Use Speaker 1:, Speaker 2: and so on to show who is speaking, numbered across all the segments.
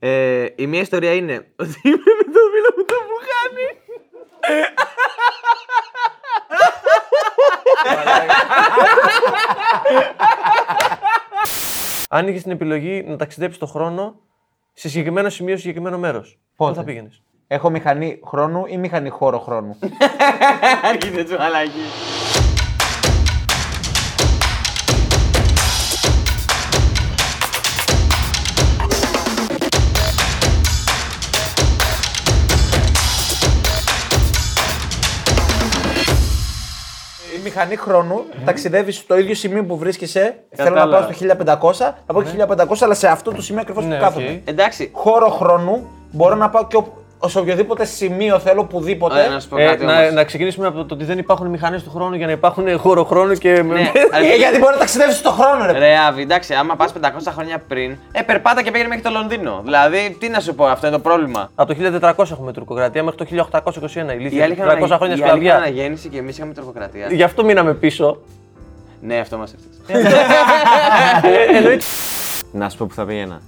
Speaker 1: Ε, η μία ιστορία είναι ότι είμαι με το φίλο μου το βουγάνι.
Speaker 2: Αν είχε την επιλογή να ταξιδέψεις το χρόνο σε συγκεκριμένο σημείο, σε συγκεκριμένο μέρος, πού
Speaker 3: Πότε?
Speaker 2: θα πήγαινες.
Speaker 3: Έχω μηχανή χρόνου ή μηχανή χώρο χρόνου.
Speaker 1: Άρχισε τσουχαλάκι.
Speaker 3: Η μηχανή χρόνου ταξιδεύεις στο ίδιο σημείο που βρίσκεσαι. Θέλω να
Speaker 1: Κατάλαβα.
Speaker 3: πάω στο 1500, θα πάω και 1500, αλλά σε αυτό το σημείο ακριβώς που
Speaker 2: Ναι,
Speaker 3: κάθομαι.
Speaker 2: οκ.
Speaker 1: Εντάξει.
Speaker 3: Χώρο χρόνου μπορώ να πάω και όπου- σε οποιοδήποτε σημείο θέλω, πουδήποτε.
Speaker 1: Ωραία, να σου πω
Speaker 2: Ε,
Speaker 1: κάτι
Speaker 2: να,
Speaker 1: όμως.
Speaker 2: να ξεκινήσουμε από το ότι δεν υπάρχουν μηχανές του χρόνου για να υπάρχουν χώρο χρόνου και.
Speaker 1: Ναι,
Speaker 3: Ε,
Speaker 1: αλλά-
Speaker 3: γιατί μπορεί να ταξιδεύει στον χρόνο, ρε.
Speaker 1: Ρε Άβη, εντάξει, άμα πας 500 χρόνια πριν, ε, περπάτα και πήγαινε μέχρι το Λονδίνο. Δηλαδή, τι να σου πω, αυτό είναι το πρόβλημα.
Speaker 2: Από το 1400 έχουμε τουρκοκρατία μέχρι το 1821 η
Speaker 1: Οι άλλοι
Speaker 2: Λίθια.
Speaker 1: είχαν
Speaker 2: 300
Speaker 1: ανα-
Speaker 2: χρόνια
Speaker 1: οι άλλοι είχαν
Speaker 2: σκλαβιά.
Speaker 1: αναγέννηση και εμείς είχαμε τροχοκρατία.
Speaker 2: Γι' αυτό μείναμε πίσω.
Speaker 1: Ναι, αυτό μας
Speaker 3: Ε,
Speaker 1: έφτασε.
Speaker 4: Να σου πω που θα πήγαινα.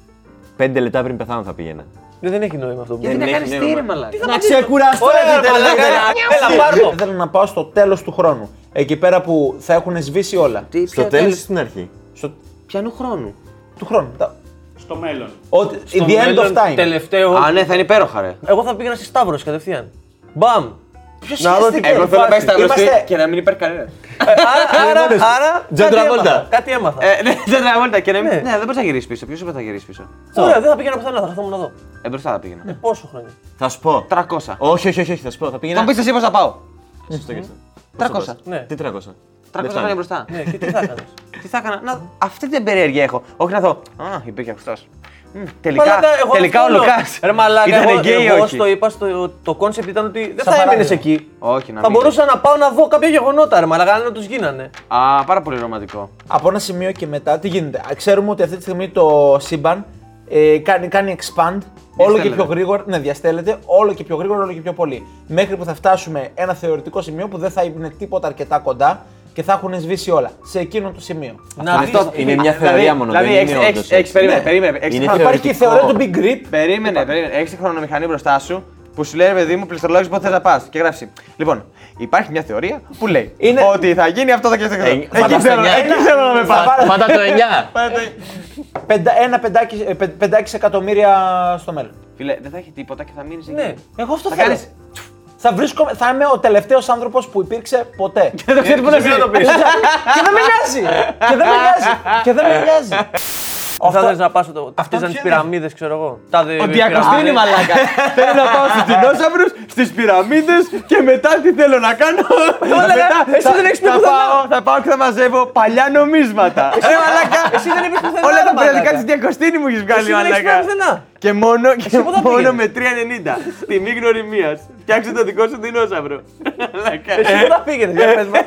Speaker 4: Πέντε λεπτά πριν πεθάνω θα πήγαινα.
Speaker 2: Ναι, Δεν έχει νόημα αυτό που
Speaker 1: Γιατί
Speaker 2: λέμε. Ναι.
Speaker 1: να
Speaker 4: έχει
Speaker 3: ναι,
Speaker 1: κάνει τι
Speaker 4: νόημα.
Speaker 1: ρε μαλάκα.
Speaker 3: Να ξεκουραστώ,
Speaker 2: Ωραία,
Speaker 3: ρε,
Speaker 2: ρε, μαλάκα,
Speaker 3: μαλάκα.
Speaker 2: έλα, πάρ' το.
Speaker 3: Θέλω να πάω στο τέλος του χρόνου. Εκεί πέρα που θα έχουν σβήσει όλα.
Speaker 1: Τι,
Speaker 4: Στο
Speaker 1: ποιο
Speaker 4: τέλος ή
Speaker 1: τέλος
Speaker 4: στην αρχή.
Speaker 3: Στο...
Speaker 1: Πιανού χρόνου.
Speaker 3: του χρόνου. Τα...
Speaker 5: Στο μέλλον.
Speaker 3: Ότι.
Speaker 2: Στο
Speaker 3: The end
Speaker 2: μέλλον,
Speaker 3: of time.
Speaker 2: Τελευταίο.
Speaker 1: Α, ναι, θα είναι υπέροχα,
Speaker 3: Ε,
Speaker 1: ρε.
Speaker 2: Εγώ θα πήγαινα στη Σταύρο κατευθείαν. Μπαμ! Να δω τι
Speaker 1: Εγώ θέλω να πάει στα
Speaker 3: Είμαστε-
Speaker 1: γνωστή και να μην υπάρχει κανένας.
Speaker 2: Ε, Άρα, άρα.
Speaker 4: Τζον
Speaker 2: κάτι
Speaker 4: Τραβόλτα.
Speaker 2: έμαθα, Κάτι έμαθα.
Speaker 1: Ε, ναι, δεν τραβώντα και να μην.
Speaker 2: Ναι.
Speaker 1: Ναι, δεν μπορείς να γυρίσεις πίσω. Ποιος είπε θα γυρίσεις πίσω.
Speaker 2: Ωραία, δεν θα πήγαινα πουθενά, θα καθόμουν εδώ.
Speaker 1: Ε, μπροστά θα πήγαινα.
Speaker 2: Πόσο χρόνια.
Speaker 4: Θα σου πω.
Speaker 1: 300.
Speaker 4: Όχι, όχι, όχι, όχι, θα σου πω. Θα πήγαινα.
Speaker 1: Θα μου πεις εσύ πώς θα πάω.
Speaker 4: Σωστό και αυτό.
Speaker 1: 300.
Speaker 4: Πώς θα πας.
Speaker 2: Ναι.
Speaker 4: Τι
Speaker 1: 300
Speaker 4: 300.
Speaker 1: χρόνια
Speaker 4: Δεν φτάνει.
Speaker 1: μπροστά.
Speaker 2: Ναι, και τι θα έκανες.
Speaker 1: Τι θα έκανα. Να, αυτή την περιέργεια έχω. Όχι να δω. Α, υπήρχε αυτό. Τελικά,
Speaker 2: Μαλάκα, εγώ
Speaker 1: τελικά ο
Speaker 2: αυτό λέω.
Speaker 1: Λουκάς.
Speaker 2: Ρε μαλάκα,
Speaker 1: ήταν
Speaker 2: εγώ,
Speaker 1: γκέι,
Speaker 2: εγώ
Speaker 1: όχι.
Speaker 2: στο είπα, στο, το κόνσεπτ ήταν ότι δεν
Speaker 3: Σαν
Speaker 2: θα έμενε
Speaker 3: παράδειγμα.
Speaker 2: εκεί.
Speaker 1: Όχι, να
Speaker 2: θα
Speaker 1: μην.
Speaker 2: μπορούσα να πάω να δω κάποια γεγονότα, ρε μαλάκα, αν τους γίνανε.
Speaker 1: Α, πάρα πολύ ρομαντικό.
Speaker 3: από ένα σημείο και μετά, τι γίνεται. Α, Ξέρουμε ότι αυτή τη στιγμή το σύμπαν ε, κάνει, κάνει expand όλο και πιο γρήγορα, ναι, διαστέλλεται όλο και πιο γρήγορα, όλο και πιο πολύ. Μέχρι που θα φτάσουμε ένα θεωρητικό σημείο που δεν θα είναι τίποτα αρκετά κοντά και θα έχουν σβήσει όλα. Σε εκείνο το σημείο.
Speaker 2: Να δεις-
Speaker 4: Αυτό είναι μια θεωρία μόνο.
Speaker 1: Δηλαδή,
Speaker 4: δεν είναι
Speaker 1: έχεις-
Speaker 4: όντως
Speaker 1: έχεις- έχεις-
Speaker 4: έτσι.
Speaker 1: περίμενε,
Speaker 4: Ναι.
Speaker 1: περίμενε. έχεις
Speaker 4: Είναι
Speaker 1: χρόνο-
Speaker 3: Υπάρχει και η θεωρία του Big Grip.
Speaker 1: Περίμενε, περίμενε. Έχεις τη χρονομηχανή μπροστά σου που σου λέει, «Ρε παιδί μου, πληκτρολόγησε πότε θα πας. Και γράψει. Λοιπόν, υπάρχει μια θεωρία που λέει
Speaker 3: Είναι-
Speaker 1: ότι θα γίνει αυτό, θα γίνει αυτό.
Speaker 4: Ε,
Speaker 1: Εκεί
Speaker 4: φαντάσου
Speaker 1: θέλω-
Speaker 4: εννιά.
Speaker 1: Εκεί θέλω να με
Speaker 3: Θα
Speaker 1: πα.
Speaker 3: πάρω
Speaker 4: Πάντα το 9.
Speaker 3: πεντα- ένα πεντάκι, ε, πεν- πεντάκι εκατομμύρια στο μέλλον.
Speaker 1: Φίλε, δεν θα έχει τίποτα και θα μείνεις εκεί.
Speaker 2: Ναι.
Speaker 3: Εγώ αυτό
Speaker 1: Θα
Speaker 3: θέλω.
Speaker 1: κάνεις-
Speaker 3: Θα, βρίσκομαι, θα είμαι ο τελευταίος άνθρωπος που υπήρξε ποτέ.
Speaker 1: Δεν το ξέρει πού να
Speaker 2: Δεν το
Speaker 1: πει.
Speaker 2: πεις.
Speaker 3: και δεν με νοιάζει! Και δεν με νοιάζει! Και δεν με νοιάζει!
Speaker 2: Θα ήθελες να πας στο.
Speaker 3: αυτό
Speaker 2: Αυτές ήταν τις
Speaker 3: ποιο είναι?
Speaker 2: πυραμίδες, ξέρω εγώ. Τα δε-
Speaker 1: Ο
Speaker 2: πυραμίδες.
Speaker 1: Διακοστή είναι μαλάκα. Θέλω να πάω στους δεινόσαυρους, στις πυραμίδες και μετά τι θέλω να κάνω.
Speaker 2: Μαλάκα,
Speaker 1: Μετά
Speaker 2: εσύ δεν έχεις πει
Speaker 1: θα
Speaker 2: πουθενά.
Speaker 1: πάω- Θα πάω και θα μαζεύω παλιά νομίσματα. Ρε μαλάκα.
Speaker 2: Ε, Εσύ δεν είπες πουθενά.
Speaker 1: Όλα
Speaker 2: ρε
Speaker 1: τα
Speaker 2: μαλάκα.
Speaker 1: περιοδικά της Διακοστίνη μου έχεις
Speaker 2: Εσύ
Speaker 1: βγάλει,
Speaker 2: δεν έχεις πάει
Speaker 1: μαλάκα.
Speaker 2: πουθενά.
Speaker 1: Και μόνο, και
Speaker 2: πού θα
Speaker 1: μόνο
Speaker 2: πήγαινες?
Speaker 1: με 3,90. Τιμή γνωριμία. Φτιάξε το δικό σου δεινόσαυρο. Μαλάκα.
Speaker 2: Εσύ πού θα πήγαινες, για πες μας.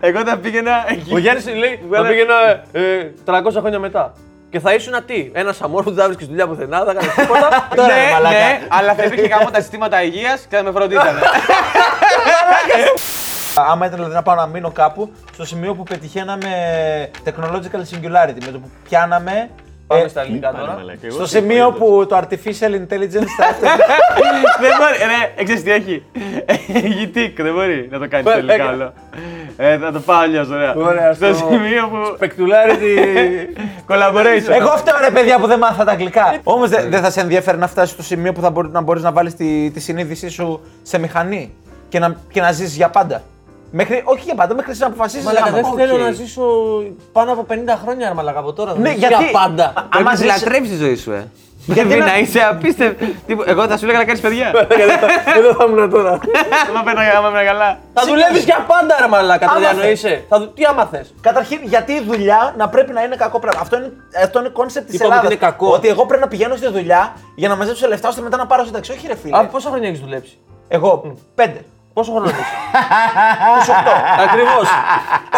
Speaker 1: Εγώ θα πήγαινα
Speaker 2: Ο
Speaker 1: εκεί.
Speaker 2: Γιάννης λέει: Θα
Speaker 1: Βγάλε-
Speaker 2: πήγαινα ε, 300 χρόνια μετά. Και θα ήσουν τι, ένας αμόρφος που δεν θα βρει δουλειά πουθενά, δεν θα κάνεις τίποτα.
Speaker 3: Τώρα,
Speaker 1: Ναι,
Speaker 3: μαλάκα.
Speaker 1: ναι, αλλά θα υπήρχε γάμο τα συστήματα υγείας και θα με φροντίζανε.
Speaker 3: Άμα ήταν δηλαδή να πάω να μείνω κάπου στο σημείο που πετυχαίναμε technological singularity, με το που πιάναμε.
Speaker 2: Πάμε
Speaker 3: ε,
Speaker 2: στα ελληνικά
Speaker 4: Πάνε,
Speaker 2: τώρα.
Speaker 4: μαλάκα, εγώ
Speaker 3: στο
Speaker 4: τι
Speaker 3: σημείο
Speaker 4: απολύτως.
Speaker 3: που το artificial intelligence θα έφτασε.
Speaker 1: Δεν μπορεί, ρε, ε, ξέρεις τι έχει. Έχει τικ, δεν μπορεί να το κάνεις
Speaker 2: Ε,
Speaker 1: τελικά
Speaker 2: έκανε.
Speaker 1: άλλο. Ε, θα το πάω αλλιώς, ωραία.
Speaker 2: Ωραία,
Speaker 1: Στο
Speaker 2: στο-
Speaker 1: σημείο που.
Speaker 2: Πεκτουλάρι τη.
Speaker 1: Collaboration.
Speaker 3: Εγώ φταίω ρε παιδιά που δεν μάθα τα αγγλικά. Όμως δεν θα σε ενδιαφέρει να φτάσεις στο σημείο που θα μπορεί, να μπορείς να βάλεις τη, τη συνείδησή σου σε μηχανή και να, και να ζήσει για πάντα. Μέχρι, όχι για πάντα, μέχρι να αποφασίσεις
Speaker 2: Μαλάκα, δεν θέλω να ζήσω πάνω από 50 χρόνια, ρε μαλάκα από τώρα.
Speaker 3: Ναι,
Speaker 2: Ναι,
Speaker 3: γιατί-
Speaker 2: για πάντα.
Speaker 3: Άμα ζεις-
Speaker 1: τη ζωή σου, ε. Γιατί να είσαι απίστευτο. Εγώ θα σου έλεγα να κάνεις παιδιά.
Speaker 2: Εδώ θα ήμουν τώρα.
Speaker 1: Άμα πέταγα, άμα ήμουν καλά.
Speaker 2: Θα δουλεύεις για πάντα, ρε μαλάκα, το
Speaker 3: Άμα θες.
Speaker 2: διανοείσαι. Θα δου- Τι άμα θες.
Speaker 3: Καταρχήν, γιατί η δουλειά να πρέπει να είναι κακό πράγμα. Αυτό είναι, αυτό είναι κόνσεπτ της
Speaker 2: Είπαμε ότι
Speaker 3: Ελλάδας.
Speaker 2: είναι κακό.
Speaker 3: Ότι εγώ πρέπει να πηγαίνω στη δουλειά για να μαζέψω λεφτά ώστε μετά να πάρω σύνταξη. Όχι, ρε φίλε.
Speaker 2: Πόσα χρόνια έχεις δουλέψει.
Speaker 3: Εγώ, πέντε.
Speaker 2: Πόσο χρόνο είσαι. 28. Ακριβώ.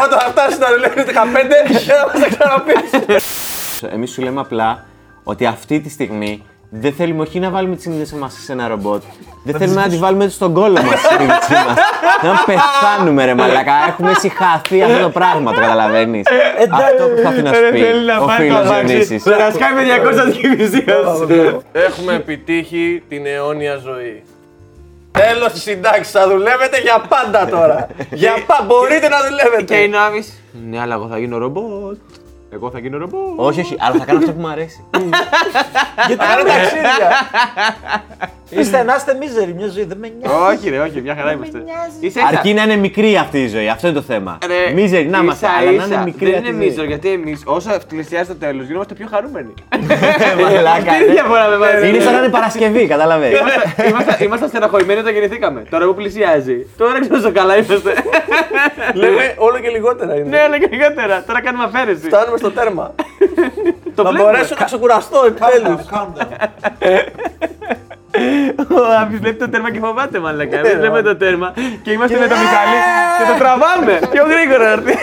Speaker 2: Όταν θα φτάσεις να δουλεύει 15, θα μα τα ξαναπείς.
Speaker 4: Εμείς σου λέμε απλά ότι αυτή τη στιγμή Δεν θέλουμε όχι να βάλουμε τις συνείδησή μας σε ένα ρομπότ. Δεν θέλουμε να τη βάλουμε στον κόλλο μας τη συνείδησή μας. Να πεθάνουμε, ρε Μαλακά. Έχουμε συχαθεί αυτό το πράγμα, το καταλαβαίνεις. Αυτό προσπαθεί ε,
Speaker 1: Ε,
Speaker 4: να σου πει ο φίλο Διονύσης.
Speaker 5: Να σκάει με 200 διβιζία.
Speaker 2: Έχουμε επιτύχει την αιώνια ζωή. Τέλος της συντάξης. Θα δουλεύετε για πάντα τώρα. για πάντα. Μπορείτε να δουλεύετε.
Speaker 1: Νάμι. Ναι, αλλά εγώ θα γίνω ρομπότ. Εγώ θα γίνω ρομπότ.
Speaker 4: Όχι, όχι, αλλά θα κάνω αυτό που μου αρέσει.
Speaker 2: Άρα ταξίδια.
Speaker 3: Είστε να είστε μίζεροι, μια ζωή δεν με νοιάζει.
Speaker 1: Όχι, ρε, όχι, μια χαρά είμαστε. Είσαι
Speaker 4: Αρκεί να είναι μικρή αυτή η ζωή, αυτό είναι το θέμα. Μίζερη να είμαστε, αλλά να είναι μικρή
Speaker 1: Δεν
Speaker 4: αυτή
Speaker 1: είναι
Speaker 4: η
Speaker 1: μίζερο,
Speaker 4: ζωή.
Speaker 1: γιατί εμείς όσο πλησιάζει το τέλος γινόμαστε πιο χαρούμενοι.
Speaker 4: Μαλάκα,
Speaker 1: Αυτή είναι η διαφορά με εμάς.
Speaker 4: Είναι σαν να είναι Παρασκευή, καταλαβαίνεις.
Speaker 1: Είμαστε- είμαστε- Ήμασταν στεναχωρημένοι όταν γεννηθήκαμε. Τώρα που πλησιάζει. Τώρα δεν ξέρω όσο καλά είμαστε.
Speaker 2: Λέμε όλο και λιγότερα είναι.
Speaker 1: Ναι, αλλά και λιγότερα. Τώρα κάνουμε αφαίρεση.
Speaker 2: Φτάνουμε στο τέρμα.
Speaker 1: Το
Speaker 2: Θα
Speaker 1: βλέπουμε.
Speaker 2: μπορέσω να ξεκουραστώ επιτέλους.
Speaker 3: Ε,
Speaker 1: Ο Άβη βλέπει το τέρμα και φοβάται, μαλακά. Εμείς βλέπουμε το τέρμα Ναι, και είμαστε με τον Μιχαλή
Speaker 2: Ε,
Speaker 1: και το τραβάμε. Πιο γρήγορα να έρθει.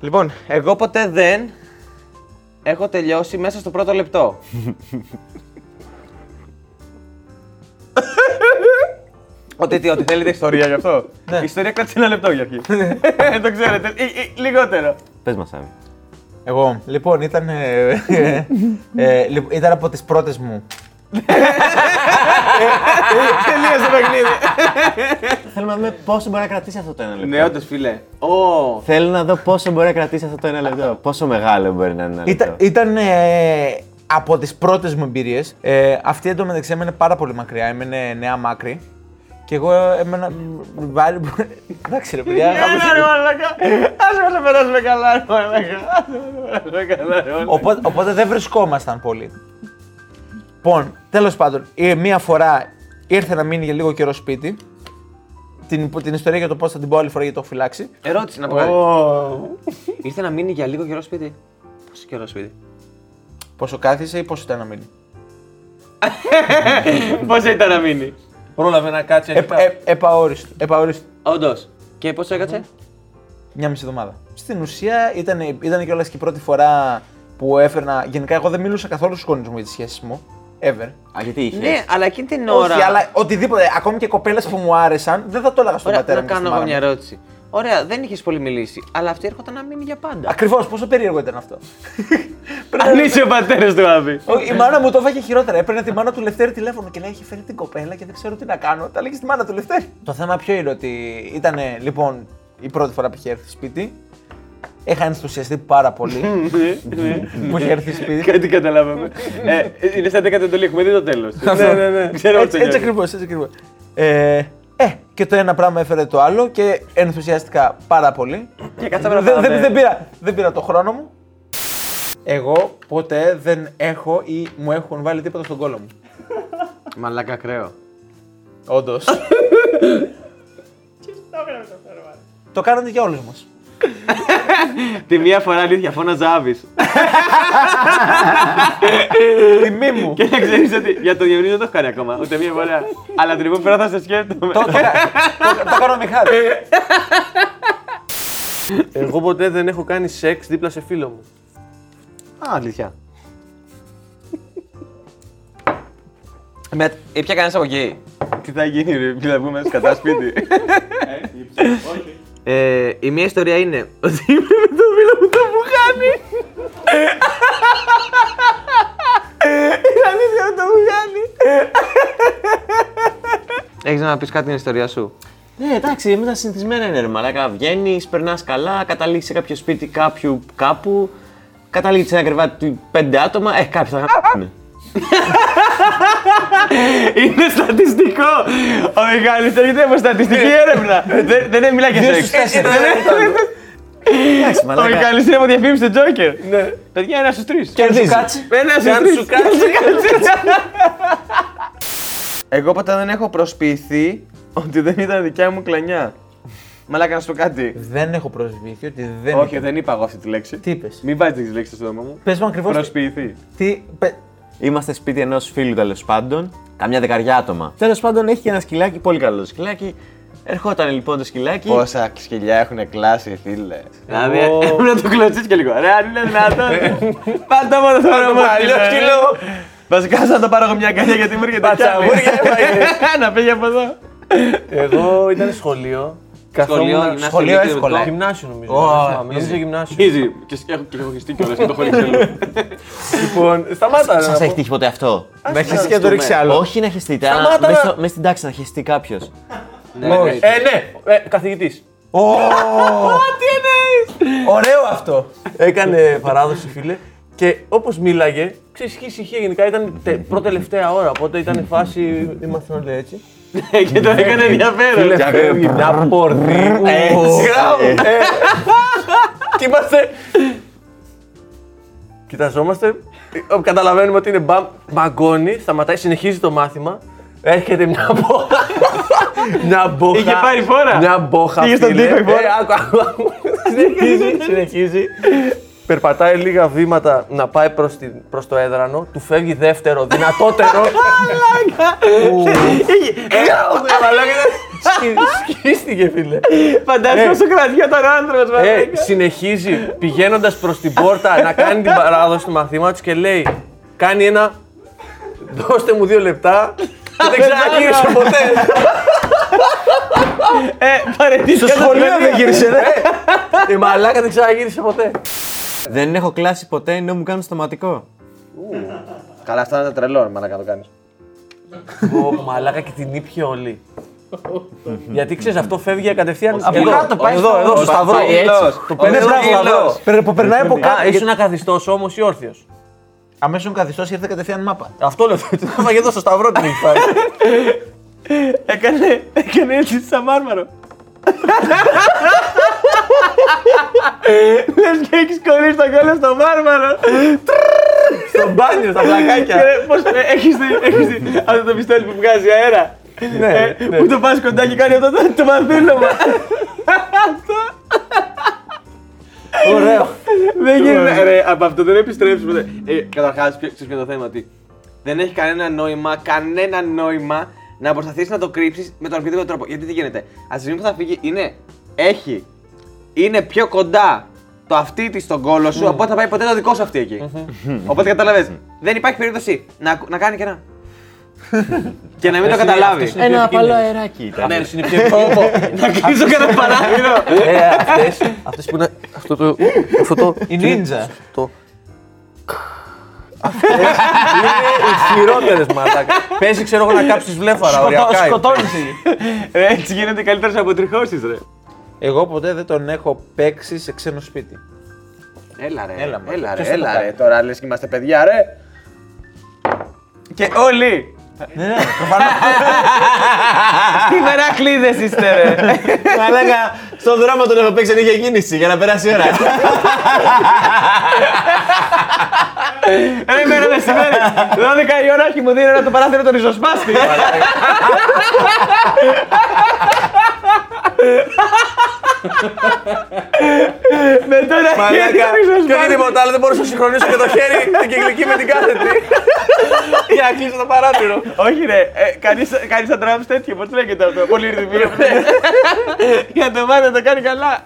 Speaker 1: Λοιπόν, εγώ ποτέ δεν έχω τελειώσει μέσα στο πρώτο λεπτό. Ό,τι, τι, ό,τι θέλετε ιστορία γι' αυτό. Η ιστορία κράτησε ένα λεπτό για αρχή. Ε, το ξέρετε. Ή- ή- λιγότερο.
Speaker 4: Πες μας, Άβη.
Speaker 3: Εγώ. Λοιπόν, ήταν. ε, ε, ε, λοιπόν, ήταν από τι πρώτε μου.
Speaker 1: Τελείωσε το παιχνίδι.
Speaker 4: Θέλουμε να δούμε πόσο μπορεί να κρατήσει αυτό το ένα λεπτό.
Speaker 1: Ναι, όντως, φίλε. Ω,
Speaker 4: Θέλω να δω πόσο μπορεί να κρατήσει αυτό το ένα λεπτό. Πόσο μεγάλο μπορεί να είναι ένα λεπτό.
Speaker 3: Ήταν, ήταν ε, από τις πρώτες μου εμπειρίες. Ε, αυτή εντωμεταξύ έμενε πάρα πολύ μακριά. Έμενε νέα μάκρη. Και εγώ έμενα. μ, βάλει- Εντάξει, ρε παιδιά.
Speaker 1: Έλα ρε μαλακά, άσε μας να περάσουμε καλά ρε μαλακά, άσε μας να περάσουμε καλά ρε μαλακά.
Speaker 3: Οπότε, οπότε δεν βρισκόμασταν πολύ. Λοιπόν, τέλος πάντων, ε, μία φορά ήρθε να μείνει για λίγο καιρό σπίτι. Την, την ιστορία για το πώς θα την πω άλλη φορά γιατί το έχω φυλάξει.
Speaker 1: Ερώτηση να πω κάτι. Ήρθε να μείνει για λίγο καιρό σπίτι. Πόσο καιρό σπίτι.
Speaker 3: Πόσο κάθισε ή πόσο ήταν να μείνει.
Speaker 1: Πόσο ήταν να μείνει.
Speaker 2: Πρόλαβε να κάτσει
Speaker 3: Ε, ε, επαόριστο. επαόριστο.
Speaker 1: Όντως. Και πόσο έκατσε.
Speaker 3: Μια μισή εβδομάδα. Στην ουσία ήταν, ήταν κιόλας και η πρώτη φορά που έφερνα. Γενικά, εγώ δεν μιλούσα καθόλου στους γονείς μου για τις σχέσεις μου. Ever.
Speaker 4: Α, γιατί είχες.
Speaker 1: Ναι, αλλά εκείνη την
Speaker 3: Όχι,
Speaker 1: ώρα.
Speaker 3: αλλά οτιδήποτε. Ακόμη και κοπέλες που μου άρεσαν, δεν θα το έλεγα στον
Speaker 1: Ωραία,
Speaker 3: πατέρα
Speaker 1: να
Speaker 3: μου. και στη
Speaker 1: κάνω εγώ
Speaker 3: μάνα
Speaker 1: μια
Speaker 3: μου.
Speaker 1: ερώτηση. Ωραία, δεν είχες πολύ μιλήσει, αλλά αυτή έρχονταν να μείνει για πάντα.
Speaker 3: Ακριβώς, πόσο περίεργο ήταν αυτό.
Speaker 1: Αν είσαι ο πατέρας του Άβη.
Speaker 3: Όχι, η μάνα μου το έφαγε χειρότερα. Έπαιρνε τη μάνα του Λευτέρη τηλέφωνο και λέει: Έχει φέρει την κοπέλα και δεν ξέρω τι να κάνω. Τα λέγεις στη μάνα του Λευτέρη. Το θέμα ποιο είναι ότι ήταν λοιπόν η πρώτη φορά που είχε έρθει σπίτι. Είχα ενθουσιαστεί πάρα πολύ που είχε έρθει σπίτι.
Speaker 1: Κάτι καταλάβαμε. Ε, Είναι σαν 10 εντολή, έχουμε δει το τέλος. Ναι, ναι, ναι. Ξέρω
Speaker 3: έτσι,
Speaker 1: πώς
Speaker 3: έτσι
Speaker 1: το νιώθεις.
Speaker 3: ακριβώς, έτσι ακριβώς. Ε, ε, και το ένα πράγμα έφερε το άλλο και ενθουσιάστηκα πάρα πολύ.
Speaker 1: Και κάτσαμε να
Speaker 3: Δεν δεν-
Speaker 1: φάμε.
Speaker 3: δεν πήρα, δεν πήρα το χρόνο μου. Εγώ ποτέ δεν έχω ή μου έχουν βάλει τίποτα στον κόλλο μου.
Speaker 1: Μαλάκα ακραίο.
Speaker 3: Όντως. το κάνατε για όλους μας.
Speaker 1: Τη μία φορά αλήθεια φώναζα Άβης.
Speaker 3: Τιμή μου.
Speaker 1: Και να ξέρεις ότι για το Διονύση δεν το έχω κάνει ακόμα, ούτε μία φορά. Αλλά την επόμενη φορά θα σε σκέφτομαι.
Speaker 3: το, το, το, το κάνω με χάρη.
Speaker 2: Εγώ ποτέ δεν έχω κάνει σεξ δίπλα σε φίλο μου.
Speaker 1: Α, αλήθεια. Με... Ήπια κανένα από εκεί. Τι θα γίνει, ρε, θα βγούμε σκατά σπίτι. ε, η μία ιστορία είναι ότι είμαι με τον φίλο μου το βουγάνι. η αλήθεια με το βουγάνι. Έχεις να πεις κάτι την ιστορία σου.
Speaker 4: Ναι, εντάξει, εμεί τα συνηθισμένα είναι ρε μαλάκα. Βγαίνεις, περνάς καλά, καταλήγεις σε κάποιο σπίτι κάποιου κάπου. Καταλήγεις σε ένα κρεβάτι του πέντε άτομα. Ε, κάποιοι θα γράψουν.
Speaker 1: Είναι στατιστικό! Ο Μιχάλης έρχεται από στατιστική έρευνα. δεν, δεν μιλάει για σεξ.
Speaker 3: τέσσερις.
Speaker 1: Ε, δεν-
Speaker 4: Εντάξει,
Speaker 1: Ο
Speaker 4: μαλάκα.
Speaker 1: Μιχάλης είναι από διαφήμιση του Τζόκερ. Ναι. Παιδιά, ένα στους τρεις.
Speaker 3: Κερδίζει. Κάτσε.
Speaker 1: Ένα στους
Speaker 2: Κάνε
Speaker 1: τρεις.
Speaker 2: σου κάτσε.
Speaker 1: Εγώ ποτέ δεν έχω προσποιηθεί ότι δεν ήταν δικιά μου κλανιά. Μαλάκα να σου πω κάτι.
Speaker 3: Δεν έχω προσβήθει ότι δεν.
Speaker 1: Όχι, δεν είπα εγώ αυτή τη λέξη.
Speaker 3: Τι είπες?
Speaker 1: Μην βάζεις τις λέξεις στο στόμα μου.
Speaker 3: Πες μου ακριβώς.
Speaker 1: Προσποιηθεί.
Speaker 3: Τι. Πε...
Speaker 4: Είμαστε σπίτι ενός φίλου τέλος πάντων. Καμιά δεκαριά άτομα. Τέλος πάντων έχει και ένα σκυλάκι, πολύ καλό σκυλάκι. Ερχόταν λοιπόν το σκυλάκι.
Speaker 1: Πόσα σκυλιά έχουν κλάσει, φίλε. Δηλαδή,
Speaker 2: Εγώ-
Speaker 1: έπρεπε να Ναι. το κλωτσίσει και λίγο. Ρε, αν είναι δυνατόν. Πάντα μόνο το όνομα.
Speaker 3: Παλιό σκυλό.
Speaker 1: Βασικά, σαν να το πάρω εγώ μια αγκαλιά γιατί μου έρχεται κι άλλη.
Speaker 2: Πατσαβούρια έφαγε.
Speaker 1: Να πήγε από εδώ.
Speaker 2: Εγώ ήταν σχολείο. Καθόμουν
Speaker 5: γυμνάσιο,
Speaker 3: σχολείο
Speaker 5: λύκειο,
Speaker 3: εύκολα.
Speaker 5: λεπτό.
Speaker 2: γυμνάσιο νομίζω.
Speaker 3: Ω,
Speaker 2: δεν θυμάμαι, Νομίζω γυμνάσιο.
Speaker 5: Easy. Και σ- έχω- και έχω χυστεί κιόλας, μην το χωρίς
Speaker 2: Λοιπόν, σταμάτα. να
Speaker 4: Σα
Speaker 2: πω.
Speaker 4: έχει τύχει ποτέ αυτό.
Speaker 3: Να χεστεί και να το ρίξει άλλο.
Speaker 4: Όχι να χεστείτε,
Speaker 2: Σταμάτα να-
Speaker 4: αλλά μέσα στην τάξη να χεστεί κάποιος.
Speaker 5: Ναι,
Speaker 2: Ε, ναι, ε, καθηγητής.
Speaker 3: Ωραίο αυτό.
Speaker 2: Έκανε παράδοση, φίλε. Και όπως μίλαγε, ξέρεις η ησυχία γενικά ήταν τε, προτελευταία ώρα. Οπότε ήταν η φάση. Ήμασταν όλοι έτσι.
Speaker 5: Και το έκανε ενδιαφέρον.
Speaker 2: Ναι. Φίλε, φεύγει μια πορνή. Γράμμα, ε. Και είμαστε. Κοιταζόμαστε. ε, Καταλαβαίνουμε ότι είναι μπαμ. Μαγκώνει, σταματάει, συνεχίζει το μάθημα. Έρχεται μια μπόχα. μια μπόχα.
Speaker 1: Είχε πάρει φόρα.
Speaker 2: Μια μπόχα.
Speaker 1: Πήγε στον
Speaker 2: φίλε.
Speaker 1: τοίχο η φόρα.
Speaker 2: Ε, άκου, άκου, άκου. συνεχίζει, συνεχίζει. Περπατάει λίγα βήματα να πάει προς, την, προς το έδρανο, του φεύγει δεύτερο, δυνατότερο. Ε, μαλάκα, σκι- Σκίστηκε, φίλε.
Speaker 1: Φαντάζομαι όσο κρατιόταν ο άνθρωπο.
Speaker 2: Ε, συνεχίζει πηγαίνοντας προς την πόρτα να κάνει την παράδοση του μαθήματος και λέει: Κάνει ένα. Δώστε μου δύο λεπτά. Και δεν ξαναγύρισε ποτέ.
Speaker 1: Παρετήθηκε. Στο σχολείο δεν γύρισε.
Speaker 2: Η Ε, μαλάκα δεν ξαναγύρισε ποτέ.
Speaker 4: Δεν έχω κλάσει ποτέ ενώ μου κάνουν στοματικό.
Speaker 2: Καλά, αυτά είναι τρελό, μα να το κάνεις.
Speaker 3: Ε,
Speaker 2: Ω, μαλάκα και την ήπια όλη. Γιατί ξέρεις, αυτό φεύγει κατευθείαν.
Speaker 1: Από κάτω πάει
Speaker 2: εδώ, εδώ, στο σταυρό.
Speaker 5: πάει έτσι.
Speaker 2: Το παίρνει
Speaker 3: Είναι
Speaker 2: εδώ,
Speaker 3: μπράβο,
Speaker 2: εδώ.
Speaker 3: μπράβο. Που περνάει από
Speaker 2: Α,
Speaker 3: κάτω.
Speaker 2: ήσουν ακαθιστό όμως ή όρθιος.
Speaker 3: Αμέσως καθιστός ήρθε κατευθείαν μάπα.
Speaker 2: Αυτό λέω. Το έφαγε εδώ στο σταυρό την είχε φάει.
Speaker 1: Έκανε, έκανε έτσι σαν μάρμαρο.
Speaker 2: Ε.
Speaker 1: Λες και έχεις κολλήσει το κόλλο στο μάρμαρο.
Speaker 2: Στο μπάνιο, στα
Speaker 1: Και
Speaker 2: πλακάκια.
Speaker 1: ρε, πώς, ε, έχεις δει, έχεις δει αυτό το πιστόλι που βγάζει αέρα.
Speaker 2: Ναι,
Speaker 1: Ε, Που το πας κοντά και κάνει αυτό το, το μαθήλωμα.
Speaker 2: ωραίο.
Speaker 1: δεν γίνεται.
Speaker 5: Ρε, από αυτό δεν επιστρέψεις ποτέ. Ε, Καταρχάς, ξέρεις ποιο είναι το θέμα. Ότι δεν έχει κανένα νόημα, κανένα νόημα να προσπαθήσει να το κρύψεις με τον οποιοδήποτε τρόπο. Γιατί τι γίνεται. Από τη στιγμή που θα φύγει, είναι. Έχει. Είναι πιο κοντά το αυτή της στον κόλο
Speaker 1: Ναι.
Speaker 5: σου από ό,τι θα πάει ποτέ το δικό σου αυτή εκεί. Οπότε καταλαβες, Δεν υπάρχει περίπτωση να, να κάνει και ένα. και να μην το καταλάβει.
Speaker 4: Ένα απαλό αεράκι ήταν.
Speaker 2: Ναι, είναι πιο επικίνδυνο.
Speaker 1: Να κλείσω κανένα παράθυρο.
Speaker 2: Ε, αυτές, αυτές που είναι αυτό το... Αυτό το...
Speaker 3: Η νίντζα.
Speaker 2: το- Αυτές είναι οι χειρότερες μαλάκα. Πέσει ξέρω εγώ να κάψεις βλέφαρα ωριακά.
Speaker 3: Σκοτώνει.
Speaker 1: Ρε, Έτσι γίνεται καλύτερος από τριχώσεις ρε.
Speaker 3: Εγώ ποτέ δεν τον έχω παίξει σε ξένο σπίτι.
Speaker 5: Έλα ρε,
Speaker 3: Έλα, μα.
Speaker 5: έλα ρε,
Speaker 3: Ποιος θα το
Speaker 5: έλα
Speaker 3: κάνει.
Speaker 5: ρε. Τώρα λες και είμαστε παιδιά, ρε.
Speaker 1: Και όλοι.
Speaker 3: Ναι, ναι, προφανώς.
Speaker 1: Τι μερακλείδες είστε ρε.
Speaker 4: Μα έλεγα στον δρόμο τον έχω παίξει είχε κίνηση για να περάσει η ώρα.
Speaker 1: Ρε μέρα μεσημέρι. 12 η ώρα και μου δίνει ένα το παράθυρο τον ριζοσπάστη. Με Ε, τώρα
Speaker 2: Μαλάκα, και όχι τίποτα άλλο, δεν μπορούσα να συγχρονίσω και το χέρι την κυκλική με την κάθετη. Για να κλείσω το παράθυρο.
Speaker 1: Όχι ρε, ε, κανείς, κανείς θα τραβήξει τέτοιο, πώς λέγεται αυτό, πολύ ρυθμίο. Για να το μάθει να το κάνει καλά.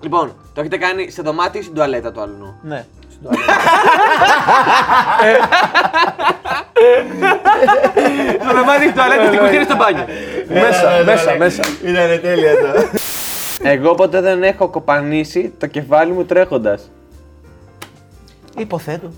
Speaker 5: Λοιπόν, το έχετε κάνει σε δωμάτιο ή στην τουαλέτα του αλλού.
Speaker 3: ναι.
Speaker 1: Στο δωμάτιο της τουαλέτας, στην κουζίνα στο μπάνιο.
Speaker 2: Μέσα, μέσα, μέσα.
Speaker 4: Ήταν Ναι. τέλεια το.
Speaker 5: Εγώ ποτέ δεν έχω κοπανίσει το κεφάλι μου τρέχοντας.
Speaker 3: Υποθέτω.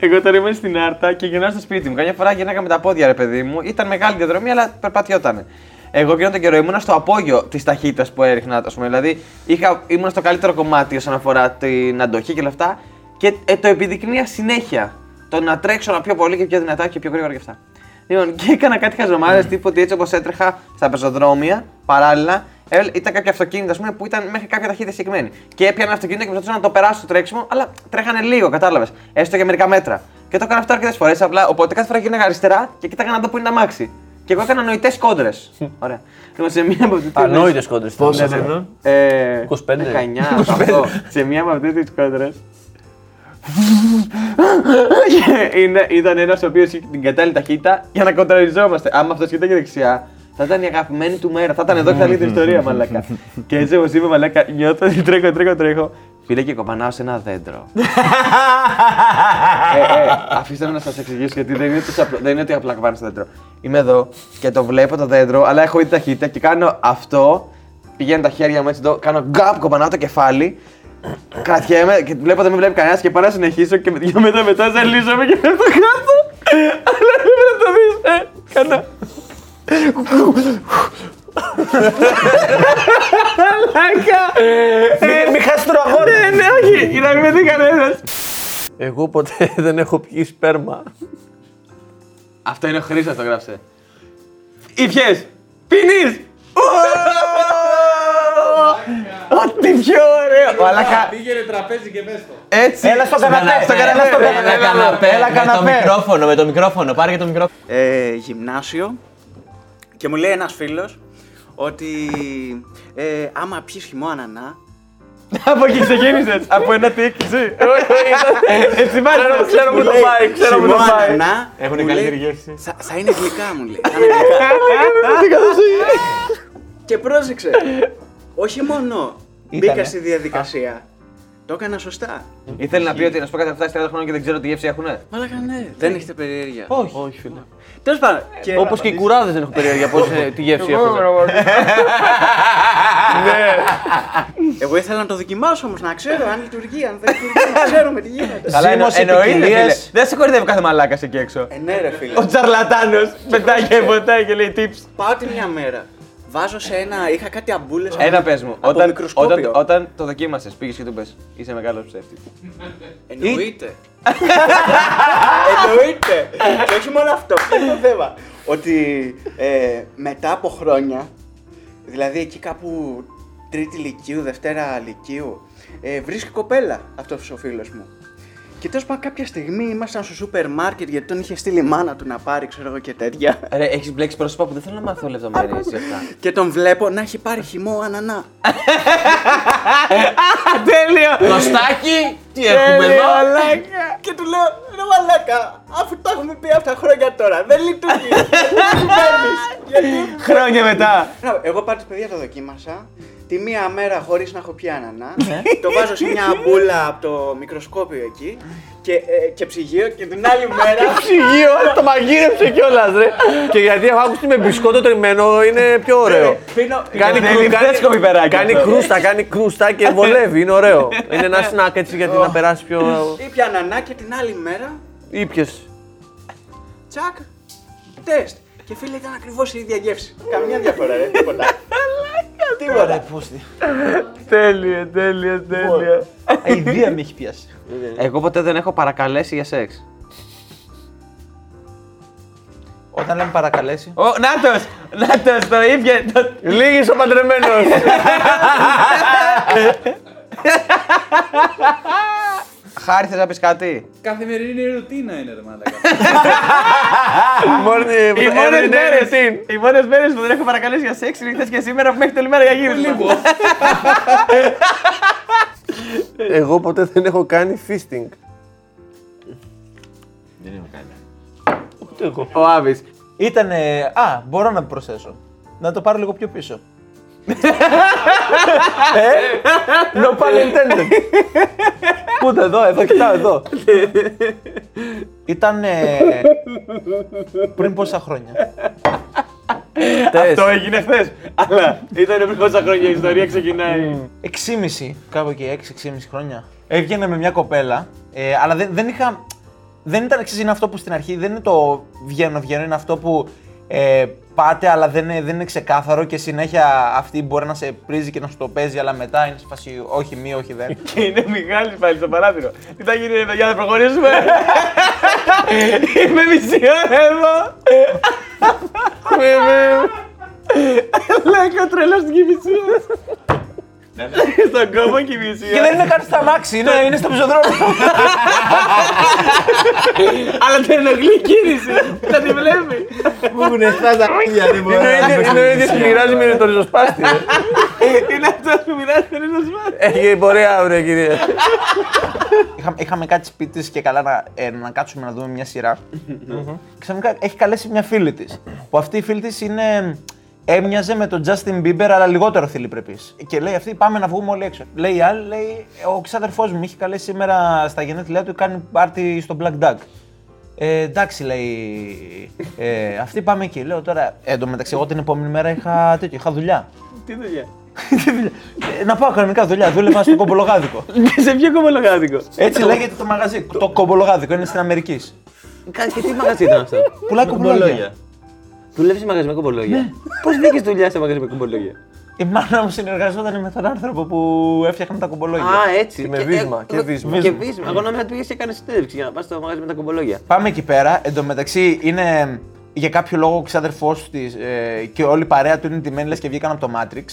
Speaker 1: Εγώ τώρα είμαι στην Άρτα και γυρνάω στο σπίτι μου. Καμιά φορά γυρνάγα με τα πόδια, ρε παιδί μου. Ήταν μεγάλη διαδρομή, αλλά περπατιότανε. Εγώ εκείνο τον καιρό ήμουνα στο απόγειο της ταχύτητας που έριχνα, ας πούμε. Δηλαδή είχα, ήμουν στο καλύτερο κομμάτι όσον αφορά την αντοχή και όλα αυτά. Και ε, το επιδεικνύα συνέχεια. Το να τρέξω να πιο πολύ και πιο δυνατά και πιο γρήγορα και αυτά. Λοιπόν, και έκανα κάτι χαζομάρες τύπου ότι έτσι όπως έτρεχα στα πεζοδρόμια παράλληλα, ε, ήταν κάποια αυτοκίνητα ας πούμε, που ήταν μέχρι κάποια ταχύτητα συγκεκριμένη. Και έπιανα ένα αυτοκίνητο και προσπαθούσα να το περάσω στο τρέξιμο, αλλά τρέχανε λίγο, κατάλαβες. Έστω και μερικά μέτρα. Και το έκανα αυτό αρκετές φορές. Απλά οπότε κάθε φορά γίναγα αριστερά και κοίταγα να δω που είναι τα μάξι. Και εγώ έκανα νοητές κόντρες. Ωραία. Λοιπόν, σε μία από αυτές τις-
Speaker 2: Ανόητες κόντρες. Πόσο
Speaker 5: Ε,
Speaker 2: 25.
Speaker 5: 19, αυτό.
Speaker 1: σε μία από αυτές τις κόντρες. ήταν ένας ο οποίος είχε την κατάλληλη ταχύτητα για να κοντραριζόμαστε. Άμα αυτός κοίταγε δεξιά, θα ήταν η αγαπημένη του μέρα. Θα ήταν εδώ και θα λέει την ιστορία, μαλακά. και έτσι όπως είπε, μαλακά, νιώθω ότι τρέχω, τρέχω, τρέχω. Φύγει
Speaker 5: Φίλε και κοπανάω σε ένα δέντρο. ε, ε, αφήστε με να σας εξηγήσω γιατί δεν είναι, ότι απλ- δεν είναι ότι απλά κοπανάω στο δέντρο. Είμαι εδώ και το βλέπω το δέντρο, αλλά έχω ήδη ταχύτητα και κάνω αυτό. Πηγαίνω τα χέρια μου έτσι εδώ, κάνω γκάπ, κοπανάω το κεφάλι. Κρατιέμαι και βλέπω ότι δεν με βλέπει κανένας και πάω να συνεχίσω και με δυο μετά μετά ζαλίζομαι και πέφτω κάτω. Αλλά πρέπει να το δεις. Ε, κάνω.
Speaker 3: Μην χάσει το αγόρι.
Speaker 5: Ε, ναι, όχι, για να μην με δει κανένας.
Speaker 2: Εγώ ποτέ δεν έχω πιει σπέρμα.
Speaker 5: Αυτό είναι ο Χρήστος το γράψε. Ήπιες! Πίνεις! Ό,τι πιο ωραίο! Μαλάκα,
Speaker 6: Πήγαινε τραπέζι και πες το.
Speaker 5: έτσι!
Speaker 3: Έλα στο καναπέ.
Speaker 5: στο καναπέ, στο
Speaker 3: Έλα,
Speaker 5: καναπέ.
Speaker 3: καναπέ. Έλα
Speaker 4: Με το
Speaker 3: καναπέ.
Speaker 4: μικρόφωνο, με το μικρόφωνο. Πάρε και το μικρόφωνο.
Speaker 7: ε, γυμνάσιο και μου λέει ένας φίλος ότι ε, άμα πιεις χυμό ανανά
Speaker 1: Από εκεί ξεκίνησες. Από ένα τίκ, έτσι. Έτσι μάλιστα. Ξέρω που
Speaker 7: λέει,
Speaker 1: ξέρω
Speaker 7: χυμό ανανά
Speaker 5: Ε.
Speaker 4: Έχουν
Speaker 7: μου
Speaker 4: καλύτερη
Speaker 7: λέει,
Speaker 4: γεύση.
Speaker 7: Θα, θα είναι γλυκά μου λέει. θα είναι γλυκά. και πρόσεξε, όχι μόνο μπήκα στη διαδικασία, το έκανα σωστά.
Speaker 5: Ήθελε να πει ότι να σου πω κάτι αυτά 30 χρόνια και δεν ξέρω τι γεύση έχουνε. Ε.
Speaker 7: Μαλάκα ναι, δεν έχετε περιέργεια.
Speaker 2: Όχι, φίλε.
Speaker 7: Τέλος πάντων, και
Speaker 2: Όπως και οι κουράδες δεν έχω περιέργεια πώς, ε, τι γεύση έχουν.
Speaker 7: εγώ ήθελα να το δοκιμάσω όμως, να ξέρω αν λειτουργεί, αν δεν λειτουργεί, να ξέρουμε τι γίνεται.
Speaker 1: Καλά,
Speaker 3: Ζήμωση
Speaker 1: εννο- εννοείται.
Speaker 3: ποικιλίας.
Speaker 1: φίλε. Δεν σε κορυδεύει κάθε μαλάκας εκεί έξω.
Speaker 7: Ε, ναι ρε φίλε.
Speaker 1: Ο τσαρλατάνος πετάει και ποτάει και λέει tips.
Speaker 7: Πάω τη μια μέρα. Βάζω σε ένα. Είχα κάτι αμπούλες.
Speaker 5: Ένα πες μου, όταν,
Speaker 7: μικροσκόπιο.
Speaker 5: όταν, όταν το δοκίμασες, πήγες και του πες, είσαι μεγάλος ψεύτης.
Speaker 7: Εννοείται. Εννοείται. και όχι μόνο αυτό. Ποιο είναι το θέμα. Ότι ε, μετά από χρόνια, δηλαδή εκεί κάπου τρίτη λυκείου, δευτέρα λυκείου, ε, βρίσκει κοπέλα αυτός ο φίλος μου. Και τέλος πάντων κάποια στιγμή ήμασταν στο σούπερ μάρκετ γιατί τον είχε στείλει η μάνα του να πάρει, ξέρω εγώ και τέτοια.
Speaker 5: Ρε, έχεις μπλέξει πρόσωπα που δεν θέλω να μάθω λεπτομέρειες για αυτά.
Speaker 7: και τον βλέπω να έχει πάρει χυμό ανανά.
Speaker 4: Το στάκι, τι
Speaker 1: Ε,
Speaker 4: έχουμε εδώ.
Speaker 7: μαλάκα! Και του λέω, ρε μαλάκα, αφού τα έχουμε πει αυτά χρόνια τώρα, δεν λειτουργεί. Δεν συμβαίνεις. Γιατί.
Speaker 1: Χρόνια μετά.
Speaker 7: Να, Εγώ πάντως παιδιά το δοκίμασα. Τη μία μέρα χωρίς να έχω πια ανανά,
Speaker 1: Ναι.
Speaker 7: το βάζω σε μια μπούλα από το μικροσκόπιο εκεί και, ε, και ψυγείο και την άλλη μέρα.
Speaker 2: Ψυγείο, το μαγείρεψε κιόλας, ρε. και γιατί έχω άκουσει με μπισκότο τριμμένο είναι πιο ωραίο.
Speaker 7: Πίνω.
Speaker 2: Κάνει,
Speaker 1: Είναι
Speaker 2: κρου,
Speaker 1: ελληνικό
Speaker 2: κάνει,
Speaker 1: πιπεράκι
Speaker 2: κάνει
Speaker 1: αυτό.
Speaker 2: κρούστα, κάνει κρούστα και βολεύει. Είναι ωραίο. είναι ένα σνακ έτσι γιατί να περάσει πιο.
Speaker 7: Ήπια ανανά και την άλλη μέρα,
Speaker 2: ήπιες.
Speaker 7: τσακ, τεστ. Και φίλε ήταν ακριβώς η ίδια γεύση. Καμιά διαφορά, ρε, τίποτα. Τίποτα.
Speaker 1: Τέλειο, τέλειο, τέλειο.
Speaker 3: Αιδία με έχει πιάσει.
Speaker 5: Εγώ ποτέ δεν έχω παρακαλέσει για σεξ.
Speaker 3: Όταν λέμε παρακαλέσει.
Speaker 1: Ο Νάτος, Νάτος, το ήπια. το-
Speaker 2: Λίγη ο παντρεμένο.
Speaker 5: Χάρη, θες να πεις κάτι.
Speaker 6: Καθημερινή ρουτίνα είναι Ναι, ρε μαλάκα.
Speaker 1: Οι μόνες μέρες, οι μόνες μέρες που δεν έχω παρακαλέσει για σεξ είναι χθες και σήμερα που μέχρι τελειμέρα για γύρισμα.
Speaker 2: Εγώ ποτέ δεν έχω κάνει fisting.
Speaker 5: Ο Άβης.
Speaker 3: Ήτανε. Α, μπορώ να προσθέσω. Να το πάρω λίγο πιο πίσω. ε, no pun intended. Ούτε εδώ, εδώ, κοιτάω εδώ. Ήταν πριν πόσα χρόνια.
Speaker 1: Το έγινε χθες. Αλλά ήταν πριν πόσα χρόνια η ιστορία
Speaker 5: Mm.
Speaker 1: ξεκινάει.
Speaker 3: 6,5, κάπου εκεί, 6-6,5 χρόνια. Έβγαινα με μια κοπέλα, ε, αλλά δεν, δεν είχα. Δεν ήταν εξή, είναι αυτό που στην αρχή δεν είναι το βγαίνω, βγαίνω, είναι αυτό που ε, πάτε, αλλά δεν, είναι- δεν είναι ξεκάθαρο και συνέχεια αυτή μπορεί να σε πρίζει και να σου το παίζει, αλλά μετά είναι σε φάση όχι μη, όχι δεν.
Speaker 1: Και είναι Μιχάλης πάλι στο παράθυρο. Τι θα γίνει ρε παιδιά, θα προχωρήσουμε. Είμαι μισή ώρα εδώ. Λέγω τρελός στην κοιμησία. Στον κόπο
Speaker 3: και
Speaker 1: κοιμησία.
Speaker 3: δεν είναι καν στα αμάξι, είναι, είναι στο πεζοδρόμιο.
Speaker 1: Αλλά την ενοχλεί η κίνηση. Θα τη βλέπει.
Speaker 2: Είναι ο ίδιο που μοιράζει με το ριζοσπάστη. ρε.
Speaker 1: Είναι αυτός που μοιράζει τον ένα σπάτη.
Speaker 2: Έχει πορεία αύριο, κύριε.
Speaker 3: Είχα- είχαμε κάτι σπίτι της και καλά να, ε, να κάτσουμε να δούμε μια σειρά. Ξαφνικά έχει καλέσει μια φίλη της. Που αυτή η φίλη της είναι έμοιαζε με τον Justin Bieber, αλλά λιγότερο θηλυπρεπή. Και λέει αυτή: Πάμε να βγούμε όλοι έξω. Λέει η άλλη: λέει, Ο ξάδερφός μου με είχε καλέσει σήμερα στα γενέθλιά του, κάνει πάρτι στο Black Duck. Ε, εντάξει, λέει. Ε, αυτή πάμε εκεί. Λέω τώρα. Ε, εν τω μεταξύ, εγώ την επόμενη μέρα είχα, τέτοιο, είχα δουλειά.
Speaker 5: Τι δουλειά.
Speaker 3: Τι δουλειά. Ε, να πάω κανονικά δουλειά. Δούλευα στο κομπολογάδικο.
Speaker 5: Σε ποιο Ε, κομμολογάδικο.
Speaker 3: Έτσι λέγεται το μαγαζί. Το κομπολογάδικο είναι στην Αμερική.
Speaker 5: Και τι μαγαζί ήταν αυτό.
Speaker 3: Πουλάει κομπολόγια.
Speaker 5: Δουλεύεις σε μαγαζί με κομπολόγια. Πώ βρήκε δουλειά σε μαγαζί με κομπολόγια.
Speaker 3: Η μάνα μου συνεργαζόταν με τον άνθρωπο που έφτιαχνε τα κομπολόγια.
Speaker 5: Α, έτσι.
Speaker 2: Και με
Speaker 5: Και-
Speaker 2: βίσμα,
Speaker 5: ε,
Speaker 2: και
Speaker 5: ε,
Speaker 2: βίσμα.
Speaker 5: Και βίσμα. Εγώ νόμιζα ότι πήγες και έκανες συνέντευξη για να πας στο μαγαζί με τα κομπολόγια.
Speaker 3: Πάμε εκεί πέρα. Εν τω μεταξύ είναι για κάποιο λόγο ο ξάδερφός της ε, και όλη η παρέα του είναι ντυμένη λες και βγήκαν από το Matrix.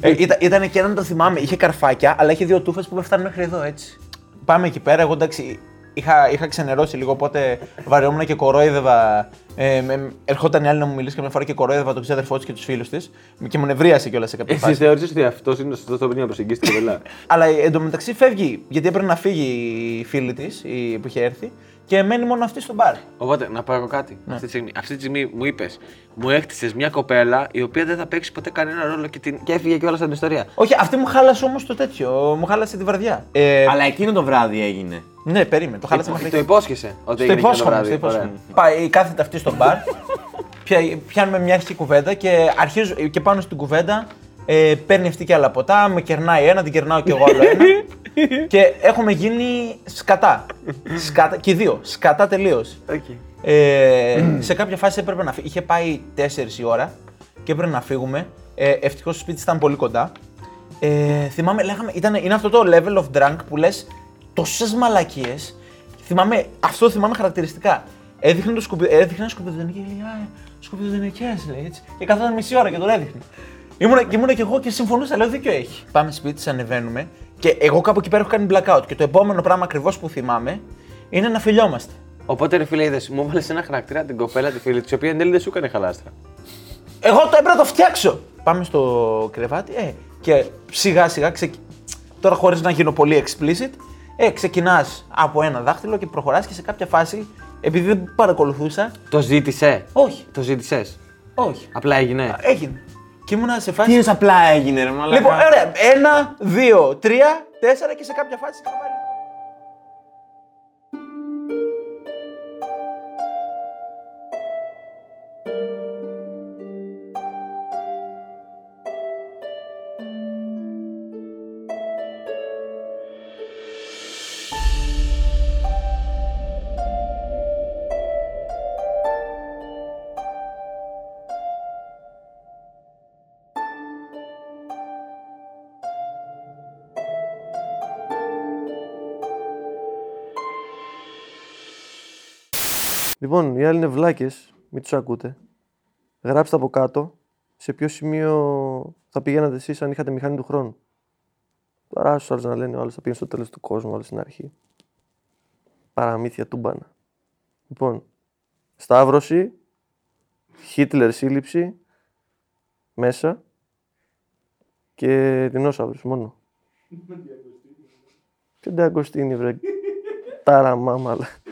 Speaker 3: ε, ήταν, ήταν και έναν το θυμάμαι. Είχε καρφάκια, αλλά είχε δύο τούφες που με φτάνουν μέχρι εδώ έτσι. Πάμε εκεί πέρα. Εγώ εντάξει είχα, είχα ξενερώσει λίγο, οπότε βαριόμουν και κορόιδευα. Ε, με- ερχόταν η άλλη να μου μιλήσει καμιά φορά και κορόιδευα τον ξάδερφό της και τους φίλους της. Και μου νευρίασε κιόλας σε κάποια
Speaker 5: Εσύ
Speaker 3: φάση.
Speaker 5: θεώρησες ότι αυτός είναι το σωστός τρόπος για να προσεγγίσεις την κοπελά.
Speaker 3: Αλλά εν τω μεταξύ φεύγει, γιατί έπρεπε να φύγει η φίλη της που είχε έρθει και μένει μόνο αυτή στο μπαρ.
Speaker 5: Οπότε να πω εγώ κάτι.
Speaker 1: Ναι.
Speaker 5: Αυτή, τη στιγμή, αυτή τη στιγμή μου είπες, μου έκτισες μια κοπέλα η οποία δεν θα παίξει ποτέ κανένα ρόλο και, την... και έφυγε και όλα στην ιστορία.
Speaker 3: Όχι, αυτή μου χάλασε όμως το τέτοιο. Μου χάλασε τη βραδιά. Ε,
Speaker 4: Αλλά εκείνο το βράδυ έγινε.
Speaker 3: Ναι, περίμενε. Το χάλασε
Speaker 5: Ε, το
Speaker 3: μέχρι εκεί.
Speaker 5: υπόσχεσαι. Ότι έγινε
Speaker 3: Στο
Speaker 5: εκείνο το
Speaker 3: υπόσχομαι.
Speaker 5: βράδυ.
Speaker 3: Στο υπόσχομαι.
Speaker 5: Ωραία.
Speaker 3: Πάει, κάθεται αυτή στο μπαρ. πια- Πιάνουμε μια αρχική κουβέντα και αρχίζω και πάνω στην κουβέντα. Ε, παίρνει αυτή και άλλα ποτά, με κερνάει ένα, την κερνάω κι εγώ άλλο ένα. και έχουμε γίνει σκατά. σκατά και οι δύο. Σκατά τελείως. Ε, σε κάποια φάση έπρεπε να φύγει. Είχε πάει 4 η ώρα και έπρεπε να φύγουμε. Ε, Ευτυχώς το σπίτι ήταν πολύ κοντά. Ε, θυμάμαι, λέγαμε, ήταν, είναι αυτό το level of drunk που λες τόσες μαλακίες. Θυμάμαι, αυτό θυμάμαι χαρακτηριστικά. Έδειχνε το σκουπι, έδειχνε σκουπιδιδενική, λέει, «Α, σκουπιδιδενικές», λέει έτσι. Και καθόταν μισή ώρα και τον έδειχνε. Ήμουνα και, ήμουνα και εγώ και συμφωνούσα, λέω δίκιο έχει. Πάμε σπίτι, της, ανεβαίνουμε και εγώ κάπου εκεί πέρα έχω κάνει blackout. Και το επόμενο πράγμα ακριβώς που θυμάμαι είναι να φιλιόμαστε.
Speaker 5: Οπότε ρε φίλε, είδες, μου έβαλε ένα χαρακτήρα την κοπέλα τη φίλη της, η οποία εν τέλει δεν σου έκανε χαλάστρα.
Speaker 3: Εγώ το έπρεπε να το φτιάξω. Πάμε στο κρεβάτι ε, και σιγά σιγά, ξεκι... τώρα χωρίς να γίνω πολύ explicit, ε, ξεκινάς από ένα δάχτυλο και προχωράς και σε κάποια φάση, επειδή δεν παρακολουθούσα,
Speaker 5: Το ζήτησε.
Speaker 3: όχι,
Speaker 5: Το ζήτησες.
Speaker 3: όχι,
Speaker 5: Απλά έγινε.
Speaker 3: έγινε. Και ήμουνα σε
Speaker 4: Τι
Speaker 3: φάση...
Speaker 4: είναι απλά έγινε, ρε μαλακά.
Speaker 3: Λοιπόν, ωραία, ένα, δύο, τρία, τέσσερα και σε κάποια φάση είχα βάλει.
Speaker 2: Λοιπόν, οι άλλοι είναι βλάκες, μην τους ακούτε. Γράψτε από κάτω σε ποιο σημείο θα πηγαίνατε εσείς αν είχατε μηχανή του χρόνου. Τώρα άσου άλλου να λένε, ο άλλο θα πήγαινε στο τέλος του κόσμου, ο άλλο στην αρχή. Παραμύθια τούμπανα. Λοιπόν, Σταύρωση, Χίτλερ σύλληψη, μέσα και δεινόσαυρος μόνο. Και Νταγκοστίνη, βρε. Τάρα μάμαλα.